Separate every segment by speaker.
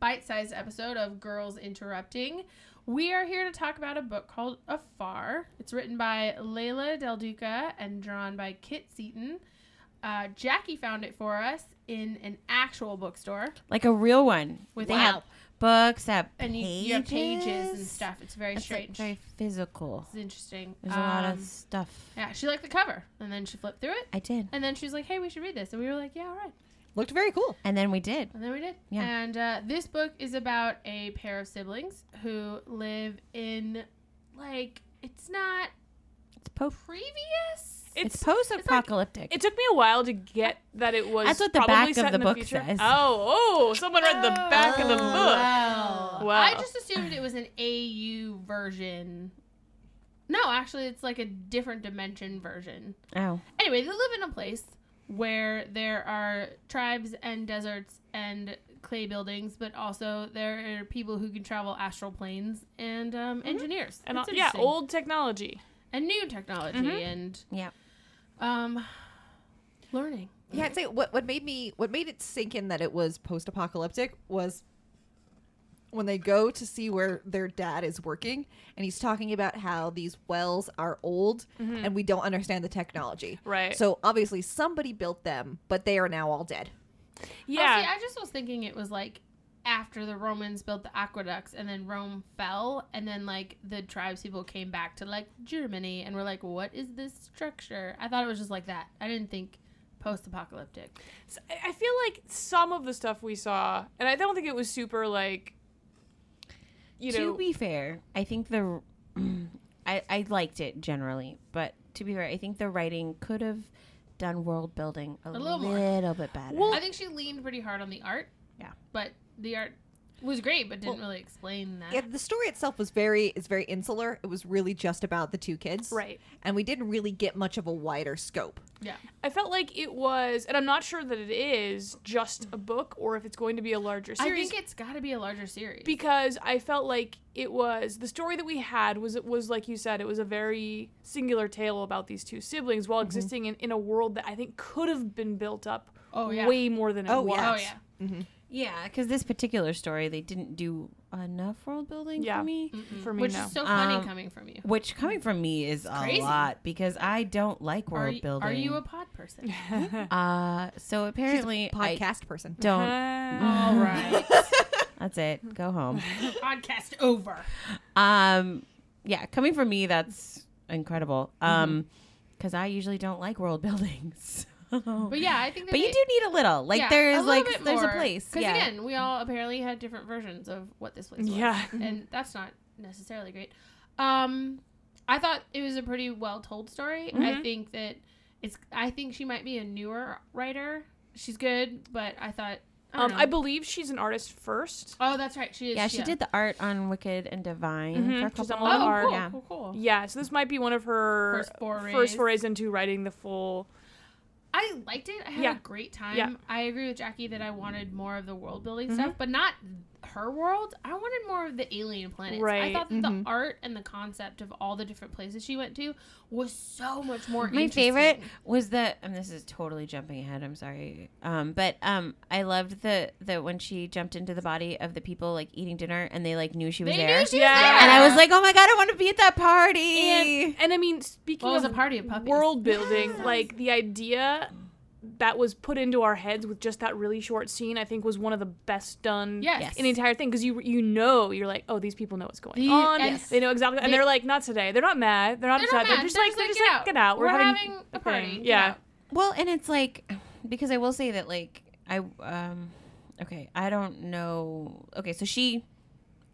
Speaker 1: guys' episode of Girls Interrupting. We are here to talk about a book called Afar. It's written by Layla Del Duca and drawn by Kit Seaton. Uh, Jackie found it for us in an actual bookstore,
Speaker 2: like a real one.
Speaker 1: With
Speaker 2: they
Speaker 1: wow.
Speaker 2: have books, have
Speaker 1: and you,
Speaker 2: pages.
Speaker 1: you have pages and stuff. It's very
Speaker 2: That's, like,
Speaker 1: strange.
Speaker 2: very physical.
Speaker 1: it's interesting.
Speaker 2: There's a lot of
Speaker 1: Um,
Speaker 2: stuff.
Speaker 1: Yeah, she liked the cover, and then she flipped through it,
Speaker 2: I did,
Speaker 1: and then she was like, "Hey, we should read this," and we were like, "Yeah, all right."
Speaker 3: Looked very cool.
Speaker 2: and then we did.
Speaker 1: And then we did.
Speaker 2: Yeah.
Speaker 1: And uh, this book is about a pair of siblings who live in, like, it's not
Speaker 2: It's po.
Speaker 1: previous.
Speaker 2: It's,
Speaker 4: It's
Speaker 2: post-apocalyptic.
Speaker 4: It took me a while to get that it was.
Speaker 2: That's what the
Speaker 4: probably
Speaker 2: back of
Speaker 4: set in
Speaker 2: the book
Speaker 4: future.
Speaker 2: says.
Speaker 4: Oh, oh! Someone read the back of the book.
Speaker 1: Oh, Wow.
Speaker 4: Wow.
Speaker 1: I just assumed it was an AU version. No, actually, it's like a different dimension version.
Speaker 2: oh,
Speaker 1: Anyway, they live in a place where there are tribes and deserts and clay buildings, but also there are people who can travel astral planes and um, engineers.
Speaker 4: Mm-hmm. And all,
Speaker 1: It's
Speaker 4: yeah,
Speaker 1: interesting.
Speaker 4: old Mm-hmm. technology.
Speaker 1: and new technology and
Speaker 2: yeah.
Speaker 1: um, learning.
Speaker 3: Yeah, I'd say what what made me what made it sink in that it was post apocalyptic was when they go to see where their dad is working and he's talking about how these wells are old and we don't understand the technology.
Speaker 4: Right.
Speaker 3: So obviously somebody built them, but they are now all dead.
Speaker 4: Yeah.
Speaker 1: Oh, see, I just was thinking it was like after the Romans built the aqueducts and then Rome fell and then like the tribes people came back to like Germany and were like, what is this structure? I thought it was just like that. I didn't think post apocalyptic.
Speaker 4: S- I I feel like some of the stuff we saw, and I don't think it was super like, you know,
Speaker 2: to be fair, I think the I, I liked it generally, but to be fair, I think the writing could have done world building a,
Speaker 1: little
Speaker 2: little,
Speaker 1: more.
Speaker 2: bit better.
Speaker 1: I think she leaned pretty hard on the art.
Speaker 2: Yeah.
Speaker 1: But the art was great, but didn't really explain that.
Speaker 3: Yeah, the story itself was very is very insular. It was really just about the two kids.
Speaker 4: Right.
Speaker 3: And we didn't really get much of a wider scope.
Speaker 1: yeah.
Speaker 4: I felt like it was, and I'm not sure that it is just a book or if it's going to be a larger
Speaker 1: I
Speaker 4: series.
Speaker 1: think it's got to be a larger series.
Speaker 4: because I felt like it was the story that we had was it was like you said it was a very singular tale about these two siblings while existing in, in a world that I think could have been built up
Speaker 1: Oh, yeah.
Speaker 4: way more than it
Speaker 3: Oh,
Speaker 4: was.
Speaker 1: oh,
Speaker 3: yes.
Speaker 1: yeah.
Speaker 2: Yeah, because this particular story, they didn't do enough world building
Speaker 4: Yeah.
Speaker 2: for me.
Speaker 4: For me,
Speaker 1: Which
Speaker 4: no.
Speaker 1: is so funny
Speaker 2: Um,
Speaker 1: coming from you.
Speaker 2: Which, coming from me, is a
Speaker 1: crazy.
Speaker 2: lot because I don't like
Speaker 1: Are,
Speaker 2: world
Speaker 1: y-
Speaker 2: building.
Speaker 1: are you a pod person?
Speaker 2: uh, so apparently I Mm-hmm.
Speaker 3: Podcast person.
Speaker 2: don't.
Speaker 1: All
Speaker 4: Um,
Speaker 1: right.
Speaker 2: That's it. Go home.
Speaker 1: Podcast over.
Speaker 2: Um, yeah, coming from me, that's incredible.
Speaker 1: Mm-hmm.
Speaker 2: Um, because I usually don't like world buildings.
Speaker 1: But yeah, I think that
Speaker 2: but you
Speaker 1: they-
Speaker 2: do need a little. Like
Speaker 1: yeah, a
Speaker 2: there's
Speaker 1: little
Speaker 2: like
Speaker 1: bit
Speaker 2: there's a
Speaker 1: more.
Speaker 2: place. Yeah.
Speaker 1: again, we all apparently had different versions of what this place was.
Speaker 4: Yeah.
Speaker 2: Mm-hmm.
Speaker 1: And that's not necessarily great. Um I thought it was a pretty well told story.
Speaker 2: Mm-hmm.
Speaker 1: I think that it's I think she might be a newer writer. She's good, but I thought I
Speaker 4: um,
Speaker 1: don't
Speaker 4: I
Speaker 1: know.
Speaker 4: believe she's an artist first.
Speaker 1: Oh, that's right. She is.
Speaker 2: yeah, she did the art on Wicked and Divine for a
Speaker 4: She's
Speaker 2: couple
Speaker 4: done a lot of
Speaker 1: Oh,
Speaker 4: art.
Speaker 1: cool,
Speaker 2: Yeah.
Speaker 1: cool, cool.
Speaker 4: Yeah, so this might be one of her
Speaker 1: First forays.
Speaker 4: first forays into writing the full.
Speaker 1: I liked it. I had
Speaker 4: Yeah.
Speaker 1: a great time.
Speaker 4: Yeah. Mm-hmm.
Speaker 1: I agree with Jackie that I wanted more of the world building stuff, but not her world. I wanted more of the alien planets. I
Speaker 4: Right. Mm-hmm.
Speaker 1: thought that the art and the concept of all the different places she went to was so much more.
Speaker 2: My
Speaker 1: interesting.
Speaker 2: favorite was the and this is totally jumping ahead, I'm sorry. Um but um I loved the the when she jumped into the body of the people like eating dinner and they like knew she was
Speaker 1: They
Speaker 2: there.
Speaker 1: knew she
Speaker 4: Yeah.
Speaker 1: was there.
Speaker 2: and I was like, "Oh my god, I want to be at that party."
Speaker 4: And, and I mean, speaking
Speaker 1: well, it was a
Speaker 4: of
Speaker 1: party of puppies.
Speaker 4: world building, like the idea that was put into our heads with just that really short scene, I think was one of the best done
Speaker 1: Yes.
Speaker 2: Yes.
Speaker 4: in the entire thing because you you know you're like, oh, these people know what's going
Speaker 1: The-
Speaker 4: on.
Speaker 1: yes.
Speaker 4: They know exactly, and
Speaker 1: They-
Speaker 4: they're like, not today. They're not mad. They're not
Speaker 1: They're
Speaker 4: upset.
Speaker 1: not mad.
Speaker 4: They're just like, they're just like, get out.
Speaker 1: We're, having, a
Speaker 4: thing."
Speaker 1: party. Get
Speaker 4: Yeah.
Speaker 1: out.
Speaker 2: Well, and it's like because I will say that like I um okay, I don't know. Okay, so she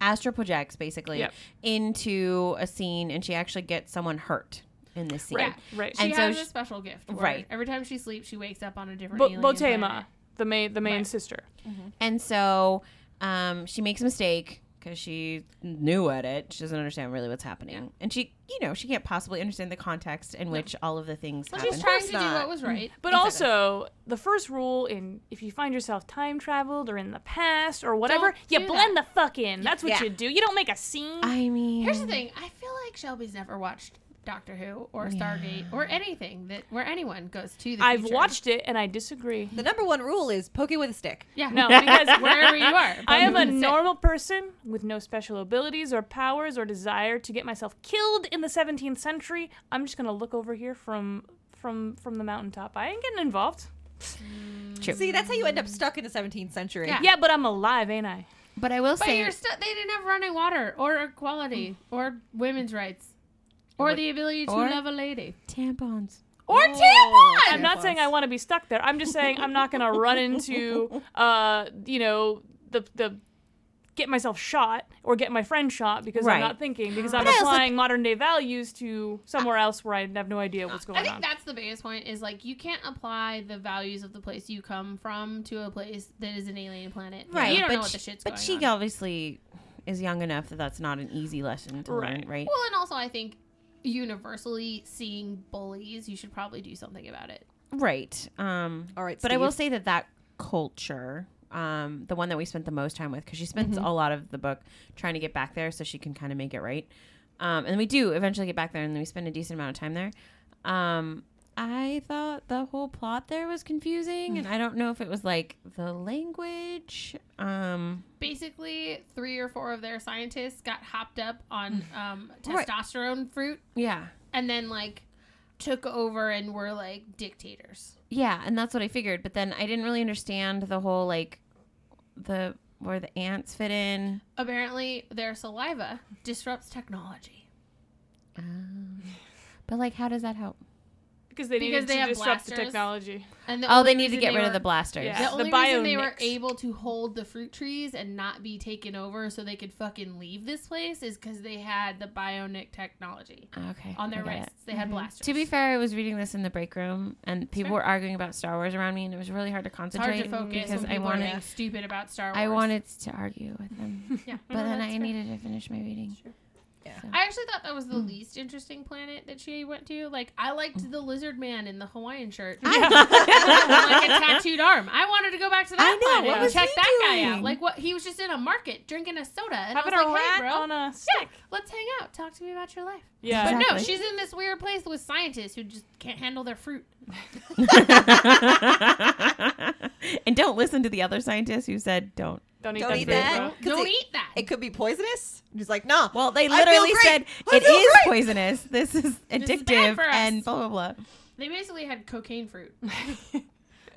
Speaker 2: astral projects basically
Speaker 4: Yep.
Speaker 2: into a scene and she actually gets someone hurt in this scene.
Speaker 4: Right. Right.
Speaker 1: She
Speaker 2: And so
Speaker 1: has
Speaker 2: she-
Speaker 1: a special gift. Right.
Speaker 2: Right.
Speaker 1: Every time she sleeps, she wakes up on a different.
Speaker 4: Bo-
Speaker 1: alien
Speaker 4: Botema,
Speaker 1: planet.
Speaker 4: the main the main
Speaker 1: Right.
Speaker 4: sister.
Speaker 2: And so um, she makes a mistake because she new at it. She doesn't understand really what's happening, and she, you know, she can't possibly understand the context in which all of the things
Speaker 1: Well,
Speaker 2: happen.
Speaker 1: she's trying to do
Speaker 3: not.
Speaker 1: what was right.
Speaker 4: But also, the first rule in if you find yourself time traveled or in the past or whatever,
Speaker 1: Don't
Speaker 4: you
Speaker 1: do
Speaker 4: blend the fuck in. That's what
Speaker 3: Yeah.
Speaker 4: you do. You don't make a scene.
Speaker 2: I mean,
Speaker 1: Here's the thing. I feel like Shelby's never watched Doctor Who or Stargate or anything that where anyone goes to the
Speaker 4: I've
Speaker 1: future.
Speaker 4: watched it and I disagree.
Speaker 3: The number one rule is poke it with a stick.
Speaker 1: Yeah.
Speaker 4: No, because
Speaker 1: wherever you are.
Speaker 4: I am a
Speaker 1: That's it.
Speaker 4: normal person with no special abilities or powers or desire to get myself killed in the 17th century. I'm just gonna look over here from from from the mountaintop. I ain't getting involved.
Speaker 3: See, that's how you end up stuck in the 17th century.
Speaker 1: Yeah.
Speaker 4: Yeah, but I'm alive, ain't I?
Speaker 2: But I will
Speaker 1: But
Speaker 2: say,
Speaker 1: you're st- they didn't have running water or equality
Speaker 4: Mm.
Speaker 1: or women's rights or the ability to
Speaker 2: Or-
Speaker 1: love a lady
Speaker 2: tampons.
Speaker 1: or
Speaker 3: Oh.
Speaker 1: tampons.
Speaker 4: I'm not saying I want to be stuck there. I'm just saying I'm not gonna run into uh you know the the get myself shot or get my friend shot because
Speaker 2: Right.
Speaker 4: I'm not thinking because I'm
Speaker 3: But I also-
Speaker 4: applying modern day values to somewhere else where I have no idea what's going
Speaker 1: I think
Speaker 4: on.
Speaker 1: that's the biggest point is like you can't apply the values of the place you come from to a place that is an alien planet.
Speaker 2: Right.
Speaker 1: You don't
Speaker 2: but
Speaker 1: know what
Speaker 2: she,
Speaker 1: the shit's
Speaker 2: But
Speaker 1: going
Speaker 2: she
Speaker 1: on.
Speaker 2: obviously is young enough that that's not an easy lesson to learn,
Speaker 4: Right.
Speaker 2: right?
Speaker 1: Well, and also I think universally seeing bullies, you should probably do something about it.
Speaker 2: Right. Um,
Speaker 3: All right,
Speaker 2: But I will
Speaker 3: Steve.
Speaker 2: say that that culture, um, the one that we spent the most time with, because she spends a lot of the book trying to get back there so she can kind of make it right. Um, and we do eventually get back there, and then we spend a decent amount of time there. Um, I thought the whole plot there was confusing, and I don't know if it was like the language. Um,
Speaker 1: Basically, three or four of their scientists got hopped up on um,
Speaker 2: Right.
Speaker 1: testosterone fruit
Speaker 2: yeah.
Speaker 1: and then like took over and were like dictators.
Speaker 2: Yeah, and that's what I figured. But then I didn't really understand the whole like the where the ants fit in.
Speaker 1: Apparently, their saliva disrupts technology
Speaker 2: Oh. But like, how does that help?
Speaker 4: because they
Speaker 1: Because
Speaker 4: needed
Speaker 1: they
Speaker 4: to
Speaker 1: have
Speaker 4: disrupt the
Speaker 1: blasters.
Speaker 4: technology.
Speaker 1: and the
Speaker 2: Oh,
Speaker 1: only
Speaker 2: they need to
Speaker 1: reason
Speaker 2: get rid
Speaker 1: were-
Speaker 2: of the blasters.
Speaker 1: The
Speaker 4: Yeah.
Speaker 1: only
Speaker 4: the
Speaker 1: reason they were
Speaker 4: bionics.
Speaker 1: able to hold the fruit trees and not be taken over so they could fucking leave this place is because they had the bionic technology
Speaker 2: Oh, Okay.
Speaker 1: on
Speaker 2: I
Speaker 1: their
Speaker 2: got it.
Speaker 1: wrists. They had blasters.
Speaker 2: To be fair, I was reading this in the break room, and people were arguing about Star Wars around me, and it was really hard to
Speaker 1: it's hard
Speaker 2: concentrate
Speaker 1: to focus
Speaker 2: because
Speaker 1: when
Speaker 2: I
Speaker 1: people are
Speaker 2: wanted
Speaker 1: being stupid about Star Wars.
Speaker 2: I wanted to argue with them,
Speaker 1: Yeah.
Speaker 2: but then I needed to finish my reading.
Speaker 1: I actually thought that was the least interesting planet that she went to. Like, I liked the lizard man in the Hawaiian shirt, With, like a tattooed arm. I wanted to go back to that.
Speaker 2: I know,
Speaker 1: planet
Speaker 2: what
Speaker 1: and
Speaker 2: was
Speaker 1: check
Speaker 2: he
Speaker 1: that guy out?
Speaker 2: doing?
Speaker 1: Like, what? He was just in a market drinking a soda, and
Speaker 4: Having
Speaker 1: I was
Speaker 4: a
Speaker 1: like,
Speaker 4: rat
Speaker 1: "Hey, bro,
Speaker 4: on a stick.
Speaker 1: let's hang out. Talk to me about your life."
Speaker 4: Yeah.
Speaker 1: But no,
Speaker 2: Exactly.
Speaker 1: she's in this weird place with scientists who just can't handle their fruit.
Speaker 2: and don't listen to the other scientists who said don't.
Speaker 4: Don't eat
Speaker 3: Don't
Speaker 4: that.
Speaker 3: eat
Speaker 4: fruit,
Speaker 3: that.
Speaker 4: bro.
Speaker 3: 'Cause
Speaker 1: Don't
Speaker 3: it-
Speaker 1: eat that.
Speaker 3: It could be poisonous. I'm just like, no.
Speaker 2: Well, they
Speaker 3: I feel
Speaker 2: literally
Speaker 3: great.
Speaker 2: said
Speaker 3: I
Speaker 2: it
Speaker 3: feel
Speaker 2: is
Speaker 3: great."
Speaker 2: poisonous. This is
Speaker 1: is bad
Speaker 2: addictive
Speaker 1: for us.
Speaker 2: and blah blah blah.
Speaker 1: they basically had cocaine fruit.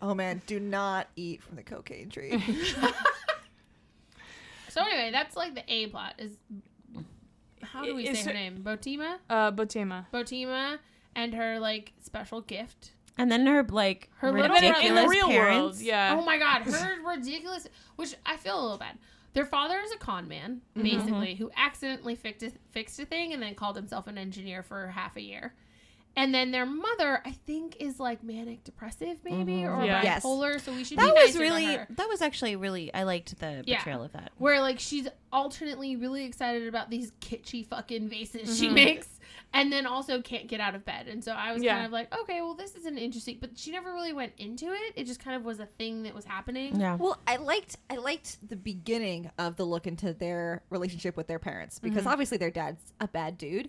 Speaker 3: Oh man, do not eat from the cocaine tree.
Speaker 1: So anyway, that's like the A plot. Is how do we
Speaker 4: Is
Speaker 1: say
Speaker 4: her-
Speaker 1: her name? Botima,
Speaker 4: Uh, Botema.
Speaker 1: Botima, and her like special gift.
Speaker 2: And then her like
Speaker 1: Her little
Speaker 4: But in,
Speaker 1: brother-
Speaker 2: ridiculous
Speaker 4: in the real
Speaker 2: parents.
Speaker 4: world, yeah.
Speaker 1: Oh my god, her ridiculous. Which I feel a little bad. Their father is a con man, basically, who accidentally fixed a, fixed a thing and then called himself an engineer for half a year. And then their mother, I think, is like manic depressive, maybe, or
Speaker 4: Yeah.
Speaker 3: Yes.
Speaker 1: bipolar. So we should. be
Speaker 2: That was
Speaker 1: nicer to
Speaker 2: really.
Speaker 1: her.
Speaker 2: That was actually really. I liked the
Speaker 1: Yeah.
Speaker 2: portrayal of that.
Speaker 1: where like she's alternately really excited about these kitschy fucking vases she makes and then also can't get out of bed and so i was
Speaker 4: Mm-hmm. Yeah.
Speaker 1: kind of like okay well this is an interesting but she never really went into it it just kind of was a thing that was happening
Speaker 2: Yeah.
Speaker 3: well, I liked I liked the beginning of the look into their relationship with their parents because obviously their dad's a bad
Speaker 1: i
Speaker 3: dude,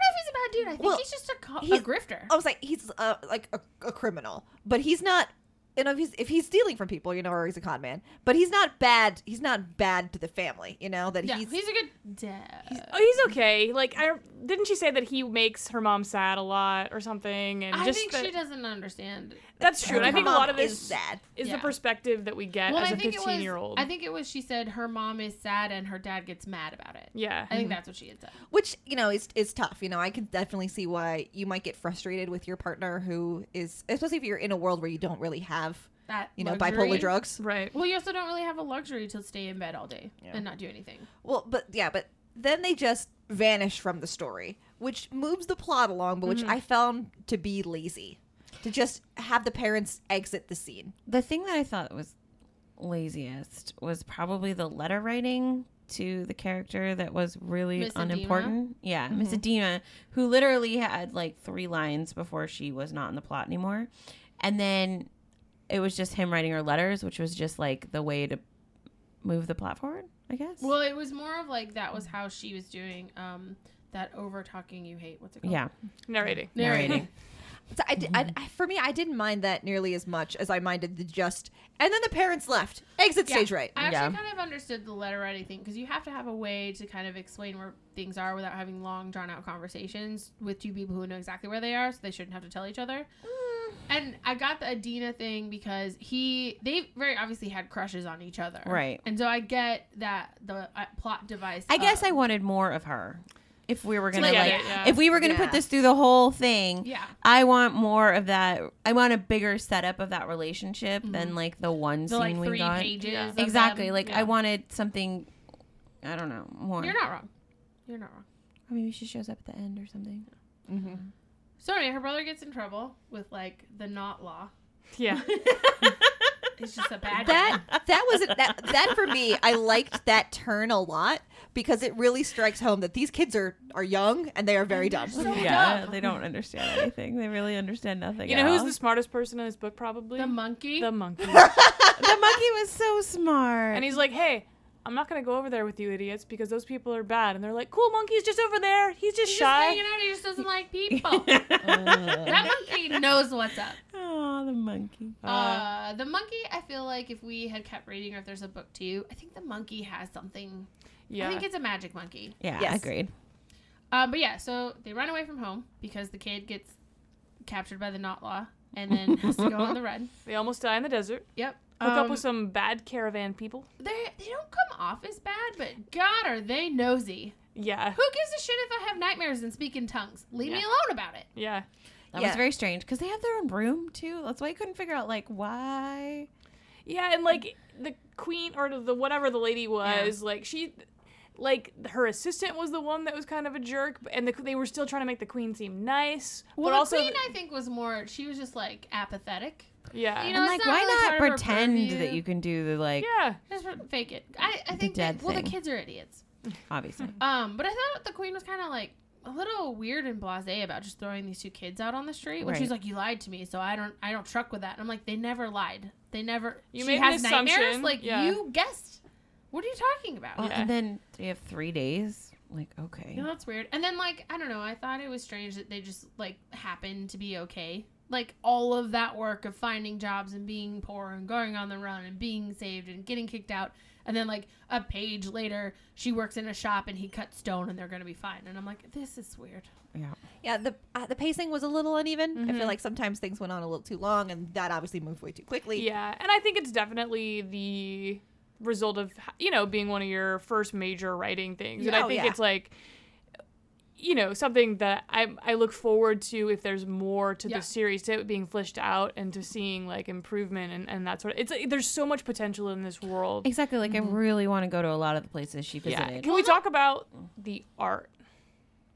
Speaker 1: don't know if he's a bad dude i think
Speaker 3: Well,
Speaker 1: he's just a, co- a
Speaker 3: he's-
Speaker 1: grifter
Speaker 3: I was like he's uh, like a, a criminal, but he's not. You know, if he's if he's stealing from people, you know, or he's a con man, but he's not bad. He's not bad to the family, you know. That
Speaker 1: yeah
Speaker 3: he's,
Speaker 1: he's, a good dad
Speaker 4: Oh, he's okay. Like, I didn't she say that he makes her mom sad a lot or something? And
Speaker 1: i
Speaker 4: just
Speaker 1: think
Speaker 4: that-
Speaker 1: she doesn't understand
Speaker 4: That's true. And I
Speaker 3: Her
Speaker 4: think a
Speaker 3: mom
Speaker 4: lot of this
Speaker 3: is sad.
Speaker 4: is
Speaker 1: Yeah.
Speaker 4: the perspective that we get
Speaker 1: well
Speaker 4: as
Speaker 1: i
Speaker 4: a
Speaker 1: think it was
Speaker 4: fifteen-year-old.
Speaker 1: i think it was she said her mom is sad and her dad gets mad about it
Speaker 4: Yeah.
Speaker 1: i think that's what she had said
Speaker 3: which you know is is tough. You know, I can definitely see why you might get frustrated with your partner who is, especially if you're in a world where you don't really have,
Speaker 1: that
Speaker 3: you know,
Speaker 1: luxury-
Speaker 3: bipolar drugs.
Speaker 4: right.
Speaker 1: well you also don't really have a luxury to stay in bed all day
Speaker 3: Yeah.
Speaker 1: and not do anything
Speaker 3: Well, but yeah, but then they just vanish from the story, which moves the plot along, but which
Speaker 1: Mm-hmm.
Speaker 3: I found to be lazy. To just have the parents exit the scene.
Speaker 2: The thing that I thought was laziest was probably the letter writing to the character that was really
Speaker 1: Miss Edema?
Speaker 2: unimportant. Yeah, Miss Edema, who literally had like three lines before she was not in the plot anymore. And then it was just him writing her letters, which was just like the way to move the plot forward, I guess.
Speaker 1: Well, it was more of like that was how she was doing um, that over talking you hate. What's it called?
Speaker 2: Yeah.
Speaker 4: Narrating.
Speaker 1: Narrating.
Speaker 3: So I, di- I-
Speaker 1: Mm-hmm.
Speaker 3: I- for me, I didn't mind that nearly as much as I minded the just. And then the parents left. Exit stage right.
Speaker 1: I actually
Speaker 2: Yeah.
Speaker 1: kind of understood the letter writing thing because you have to have a way to kind of explain where things are without having long, drawn out conversations with two people who know exactly where they are, so they shouldn't have to tell each other.
Speaker 3: Mm.
Speaker 1: And I got the Adina thing because he, they very obviously had crushes on each other.
Speaker 2: Right.
Speaker 1: And so I get that the uh, plot device.
Speaker 2: I guess
Speaker 1: of-
Speaker 2: I wanted more of her. If we were gonna
Speaker 4: get
Speaker 2: like,
Speaker 4: it, yeah.
Speaker 2: if we were gonna
Speaker 3: Yeah.
Speaker 2: put this through the whole thing,
Speaker 1: Yeah.
Speaker 2: I want more of that. I want a bigger setup of that relationship than like the one
Speaker 1: Mm-hmm. The
Speaker 2: scene
Speaker 1: like
Speaker 2: we
Speaker 1: three
Speaker 2: got.
Speaker 1: pages.
Speaker 4: Yeah.
Speaker 1: of
Speaker 2: Exactly.
Speaker 1: them.
Speaker 2: Like
Speaker 4: yeah.
Speaker 2: I wanted something. I don't know more.
Speaker 1: You're not wrong. You're not wrong.
Speaker 2: Or maybe she shows up at the end or something.
Speaker 1: So anyway, her brother gets in trouble with like the not law.
Speaker 4: Yeah.
Speaker 1: It's just a bad guy.
Speaker 3: That that was that that for me. I liked that turn a lot because it really strikes home that these kids are are young and they are very dumb.
Speaker 1: So
Speaker 2: yeah,
Speaker 1: dumb.
Speaker 2: they don't understand anything. They really understand nothing.
Speaker 4: You
Speaker 2: at
Speaker 4: know who's
Speaker 2: all.
Speaker 4: the smartest person in this book? Probably
Speaker 1: The monkey.
Speaker 4: The monkey.
Speaker 2: the monkey was so smart.
Speaker 4: and he's like, "Hey, I'm not gonna go over there with you idiots because those people are bad." And they're like, "Cool, monkey's just over there. He's just
Speaker 1: He's just
Speaker 4: shy."
Speaker 1: hanging out. He just doesn't like people. that monkey knows what's up.
Speaker 2: oh, the monkey.
Speaker 1: Uh, the monkey. I feel like if we had kept reading, or if there's a book too, I think the monkey has something. I
Speaker 4: yeah.
Speaker 1: think it's a magic monkey.
Speaker 2: yeah,
Speaker 3: yes.
Speaker 2: agreed.
Speaker 1: Um, but yeah, so they run away from home because the kid gets captured by the not law and then has to go on the run.
Speaker 4: They almost die in the desert.
Speaker 1: Yep.
Speaker 4: Hook up
Speaker 1: Um,
Speaker 4: with some bad caravan people.
Speaker 1: they they don't come off as bad, but God, are they nosy?
Speaker 4: Yeah.
Speaker 1: Who gives a shit if I have nightmares and speak in tongues? Leave me
Speaker 4: Yeah.
Speaker 1: alone about it.
Speaker 4: Yeah.
Speaker 2: That
Speaker 3: Yeah.
Speaker 2: was very strange because they have their own room too. That's why you couldn't figure out like why.
Speaker 4: Yeah, and like the queen or the whatever the lady was, like she, like her assistant was the one that was kind of a jerk, and the, they were still trying to make the queen seem nice,
Speaker 1: Well,
Speaker 4: but
Speaker 1: the
Speaker 4: also
Speaker 1: queen, I think, was more. She was just like apathetic.
Speaker 4: yeah,
Speaker 1: you know,
Speaker 2: And
Speaker 1: it's
Speaker 2: like
Speaker 1: not
Speaker 2: why
Speaker 1: really part
Speaker 2: not
Speaker 1: of her
Speaker 2: pretend
Speaker 1: purview.
Speaker 2: that you can do the like
Speaker 4: yeah,
Speaker 1: Just re- fake it. I, I think
Speaker 2: dead
Speaker 1: that, well, the
Speaker 2: thing.
Speaker 1: kids are idiots.
Speaker 2: obviously.
Speaker 1: Um, but I thought the queen was kind of like a little weird and blasé about just throwing these two kids out on the street. When she's
Speaker 2: Right.
Speaker 1: like, "You lied to me, so I don't, I don't truck with that." And I'm like, they never lied. They never.
Speaker 4: You
Speaker 1: she
Speaker 4: made an
Speaker 1: has nightmares.
Speaker 4: assumption.
Speaker 1: Like
Speaker 4: Yeah.
Speaker 1: you guessed. What are you talking about?
Speaker 2: Well,
Speaker 4: Yeah.
Speaker 2: And then you have three days. Like okay,
Speaker 1: You know, that's weird. And then, like, I don't know. I thought it was strange that they just, like, happened to be okay. Like, all of that work of finding jobs and being poor and going on the run and being saved and getting kicked out. And then, like, a page later, she works in a shop and he cuts stone and they're going to be fine. And I'm like, this is weird.
Speaker 3: Yeah, the uh, the pacing was a little uneven. I feel like sometimes things went on a little too long, and that obviously moved way too quickly.
Speaker 4: yeah, and I think it's definitely the result of you know being one of your first major writing things, and I
Speaker 3: Oh,
Speaker 4: think
Speaker 3: yeah.
Speaker 4: it's like. You know something that I I look forward to if there's more to
Speaker 1: Yeah.
Speaker 4: the series to it being fleshed out and to seeing like improvement and, and that sort of it's like, there's so much potential in this world
Speaker 2: exactly. Like
Speaker 1: Mm-hmm.
Speaker 2: I really want to go to a lot of the places she
Speaker 4: Yeah.
Speaker 2: visited.
Speaker 4: Can we talk about the art?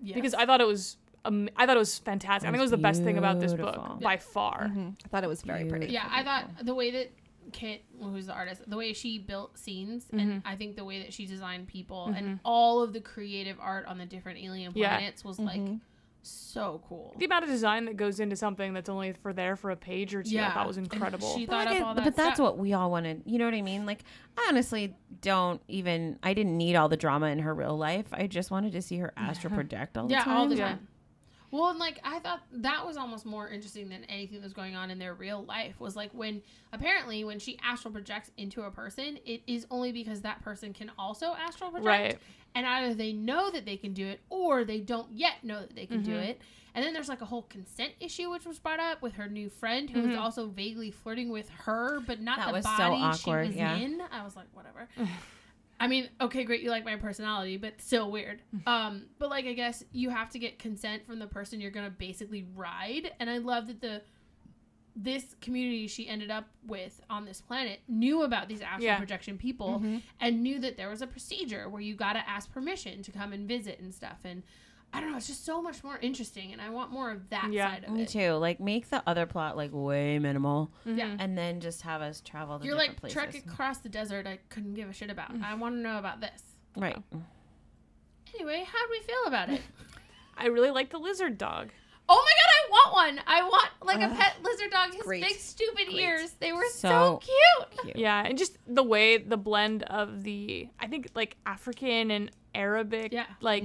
Speaker 1: Yes.
Speaker 4: Because I thought it was um, I thought it was fantastic. I think it was the best thing about this
Speaker 2: Beautiful.
Speaker 4: book by far.
Speaker 3: Mm-hmm. I thought it was very pretty.
Speaker 1: Yeah, I thought the way that Kit, who's the artist, the way she built scenes,
Speaker 4: Mm-hmm.
Speaker 1: and I think the way that she designed people and all of the creative art on the different alien
Speaker 4: Yeah. Mm-hmm.
Speaker 1: planets was, like, so cool.
Speaker 4: The amount of design that goes into something that's only for there for a page or two, I thought was
Speaker 1: And
Speaker 4: incredible.
Speaker 1: She
Speaker 2: But,
Speaker 1: thought
Speaker 2: like,
Speaker 1: up all
Speaker 2: I-
Speaker 1: that
Speaker 2: but that's
Speaker 1: stuff.
Speaker 2: what we all wanted. You know what I mean? Like, I honestly don't even. I didn't need all the drama in her real life. I just wanted to see her astral project all the
Speaker 1: yeah,
Speaker 2: time.
Speaker 1: all the
Speaker 4: Yeah.
Speaker 1: time. Well, and like I thought that was almost more interesting than anything that was going on in their real life was like when apparently when she astral projects into a person, it is only because that person can also astral project.
Speaker 4: Right.
Speaker 1: And either they know that they can do it or they don't yet know that they can do it. And then there's like a whole consent issue which was brought up with her new friend who was also vaguely flirting with her, but not
Speaker 2: That
Speaker 1: the
Speaker 2: was so
Speaker 1: body
Speaker 2: awkward,
Speaker 1: she was
Speaker 2: yeah.
Speaker 1: in. I was like, whatever. I mean, okay, great, you like my personality, but still weird.
Speaker 2: Mm.
Speaker 1: Um, but like, I guess you have to get consent from the person you're gonna basically ride. And I love that the this community she ended up with on this planet knew about these astral
Speaker 4: Yeah.
Speaker 1: projection people
Speaker 2: Mm-hmm.
Speaker 1: and knew that there was a procedure where you gotta ask permission to come and visit and stuff. And I don't know, it's just so much more interesting, and I want more of that
Speaker 4: Yeah,
Speaker 1: side of
Speaker 2: Me
Speaker 1: it.
Speaker 2: too. Mm-hmm. Like, make the other plot like way minimal,
Speaker 1: Yeah.
Speaker 2: and then just have us travel. To
Speaker 1: Mm-hmm. You're like
Speaker 2: different places.
Speaker 1: trek across the desert. I couldn't give a shit about. I want to know about this.
Speaker 2: right?
Speaker 1: Anyway, how do we feel about it?
Speaker 4: I really like the lizard dog.
Speaker 1: Oh my god, I want one. I want like a pet lizard dog. His
Speaker 3: great.
Speaker 1: big stupid ears. They were so,
Speaker 2: So
Speaker 1: cute.
Speaker 2: Cute.
Speaker 4: Yeah, and just the way the blend of the I think like African and Arabic
Speaker 1: Yeah.
Speaker 4: like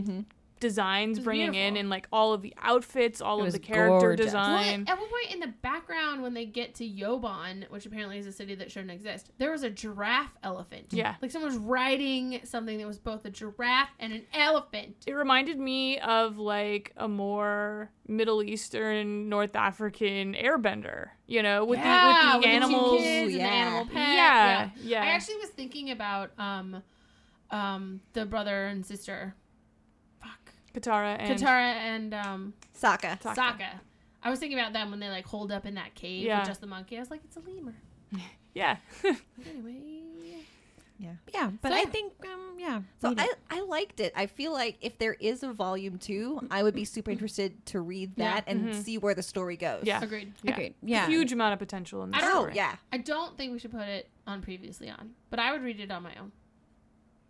Speaker 4: designs
Speaker 1: was
Speaker 4: bringing in
Speaker 1: beautiful.
Speaker 4: and like all of the outfits, all
Speaker 2: It
Speaker 4: of
Speaker 2: was
Speaker 4: the character
Speaker 2: gorgeous.
Speaker 1: Well,
Speaker 4: design.
Speaker 1: at one point in the background, when they get to Yobon, which apparently is a city that shouldn't exist, there was a giraffe elephant.
Speaker 4: Yeah.
Speaker 1: Like someone was riding something that was both a giraffe and an elephant.
Speaker 4: It reminded me of like a more Middle Eastern, North African airbender, you know, with
Speaker 1: Yeah,
Speaker 4: the with the
Speaker 1: two
Speaker 4: animals.
Speaker 1: kids and the
Speaker 3: Ooh, yeah.
Speaker 1: animal pet.
Speaker 4: yeah, yeah.
Speaker 1: I actually was thinking about um, um, the brother and sister, fuck,
Speaker 4: Katara and
Speaker 1: Katara and um,
Speaker 3: Sokka.
Speaker 4: Sokka.
Speaker 1: Sokka. I was thinking about them when they like holed up in that cave
Speaker 4: Yeah.
Speaker 1: with just the monkey. I was like, it's a lemur.
Speaker 4: Yeah.
Speaker 1: But anyway,
Speaker 2: Yeah, but
Speaker 1: So,
Speaker 2: I
Speaker 1: yeah.
Speaker 2: think um yeah.
Speaker 3: So
Speaker 2: read
Speaker 3: I,
Speaker 2: it.
Speaker 3: I liked it. I feel like if there is a volume two, I would be super interested to read
Speaker 1: Yeah.
Speaker 3: that and
Speaker 4: Mhm.
Speaker 3: see where the story goes.
Speaker 4: Yeah.
Speaker 1: agreed.
Speaker 4: yeah.
Speaker 2: agreed. Yeah.
Speaker 4: Huge amount of potential in the
Speaker 1: I don't-
Speaker 3: Oh
Speaker 4: story.
Speaker 3: yeah.
Speaker 1: I don't think we should put it on previously on, but I would read it on my own.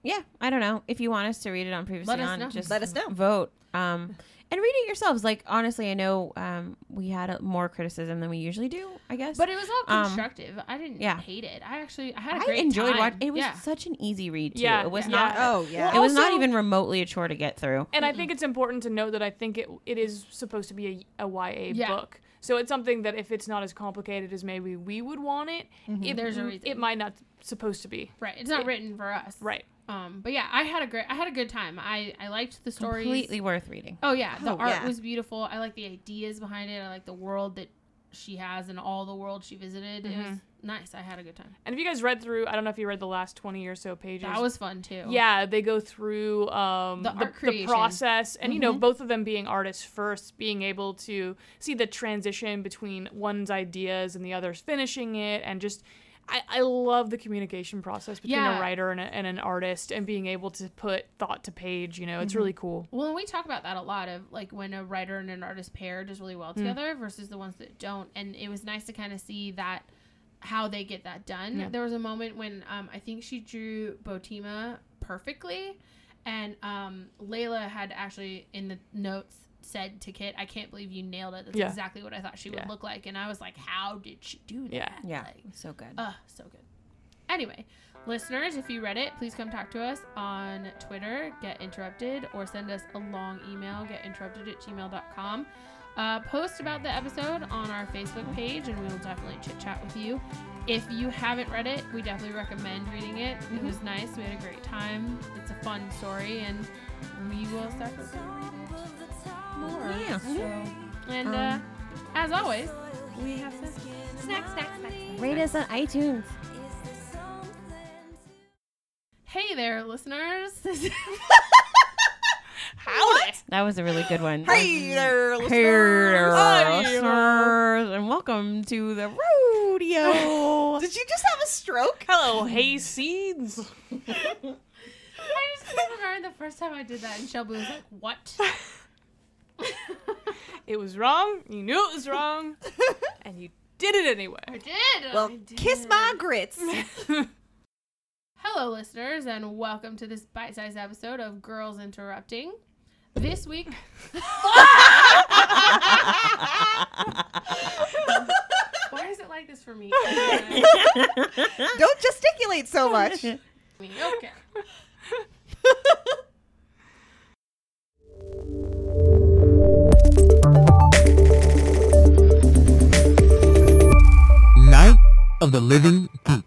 Speaker 2: Yeah, I don't know. If you want us to read it on previously
Speaker 1: Let us
Speaker 2: on,
Speaker 1: know.
Speaker 2: just
Speaker 3: Let us know.
Speaker 2: Vote. Um and read it yourselves. Like honestly, I know um we had a, more criticism than we usually do, I guess.
Speaker 1: But it was all
Speaker 2: Um,
Speaker 1: constructive. I didn't
Speaker 2: yeah.
Speaker 1: hate it. I actually I had a
Speaker 2: I
Speaker 1: great
Speaker 2: enjoyed
Speaker 1: time.
Speaker 2: watching. It was
Speaker 1: yeah.
Speaker 2: such an easy read too.
Speaker 4: Yeah,
Speaker 2: it was
Speaker 4: yeah.
Speaker 2: not
Speaker 3: Oh yeah.
Speaker 2: it was not
Speaker 4: Also-
Speaker 2: even remotely a chore to get through.
Speaker 4: And I
Speaker 1: Mm-hmm.
Speaker 4: think it's important to note that I think it it is supposed to be a, a YA
Speaker 1: Yeah.
Speaker 4: book. So it's something that if it's not as complicated as maybe we would want it, it
Speaker 1: Mm-hmm. There's a reason.
Speaker 4: it might not supposed to be.
Speaker 1: right. It's not
Speaker 4: it-
Speaker 1: written for us.
Speaker 4: Right.
Speaker 1: Um. But yeah, I had a great. I had a good time. I I liked the stories.
Speaker 2: Completely worth reading.
Speaker 1: Oh yeah, the
Speaker 3: Oh,
Speaker 1: art
Speaker 3: yeah.
Speaker 1: was beautiful. I like the ideas behind it. I like the world that she has and all the world she visited. It was
Speaker 3: Mm-hmm.
Speaker 1: nice. I had a good time.
Speaker 4: And if you guys read through, I don't know if you read the last 20 or so pages.
Speaker 1: That was fun too.
Speaker 4: Yeah, they go through um,
Speaker 1: The
Speaker 4: the,
Speaker 1: art
Speaker 4: the
Speaker 1: creation. Mm-hmm.
Speaker 4: process, and you know, both of them being artists first, being able to see the transition between one's ideas and the other's finishing it, and just. I, I love the communication process between
Speaker 1: Yeah.
Speaker 4: a writer and, a, and an artist and being able to put thought to page. You know,
Speaker 1: Mm-hmm.
Speaker 4: it's really cool.
Speaker 1: Well, and we talk about that a lot of like when a writer and an artist pair does really
Speaker 4: Hmm.
Speaker 1: well together versus the ones that don't. And it was nice to kind of see that how they get that done. There was a moment when um, I think she drew Botima perfectly, and um, Layla had actually in the notes said to Kit, "I can't believe you nailed it. That's
Speaker 4: Yeah.
Speaker 1: exactly what I thought she would
Speaker 4: Yeah.
Speaker 1: look like." And I was like, "How did she do that?"
Speaker 4: Yeah.
Speaker 2: Yeah.
Speaker 1: Like,
Speaker 2: So good.
Speaker 1: Ugh, so good. Anyway, listeners, if you read it, please come talk to us on Twitter, get interrupted, or send us a long email, getinterrupted at gmail.com. Uh, post about the episode on our Facebook page, and we will definitely chit chat with you. If you haven't read it, we definitely recommend reading it. It was nice. We had a great time. It's a fun story, and we will start with more.
Speaker 2: Yeah.
Speaker 1: And uh, as always, we have some snacks, snacks, snacks.
Speaker 2: Rate us on iTunes.
Speaker 1: Hey there, listeners.
Speaker 2: That was a really good one.
Speaker 3: Hey there,
Speaker 2: Hey
Speaker 3: listeners.
Speaker 2: there,
Speaker 3: Hi.
Speaker 2: listeners, and welcome to the rodeo.
Speaker 3: Did you just have a stroke?
Speaker 4: Hello, hay Oh, seeds.
Speaker 1: I just couldn't remember the first time I did that, and Shelby was like, "What?"
Speaker 4: It was wrong. You knew it was wrong, and you did it
Speaker 1: I
Speaker 4: anyway.
Speaker 1: did.
Speaker 3: Well,
Speaker 1: I did.
Speaker 3: kiss my grits.
Speaker 1: Hello, listeners, and welcome to this bite-sized episode of Girls Interrupting. This week, why is it like this for me?
Speaker 3: Don't gesticulate so much.
Speaker 1: Me, okay.
Speaker 5: Night of the Living Geek.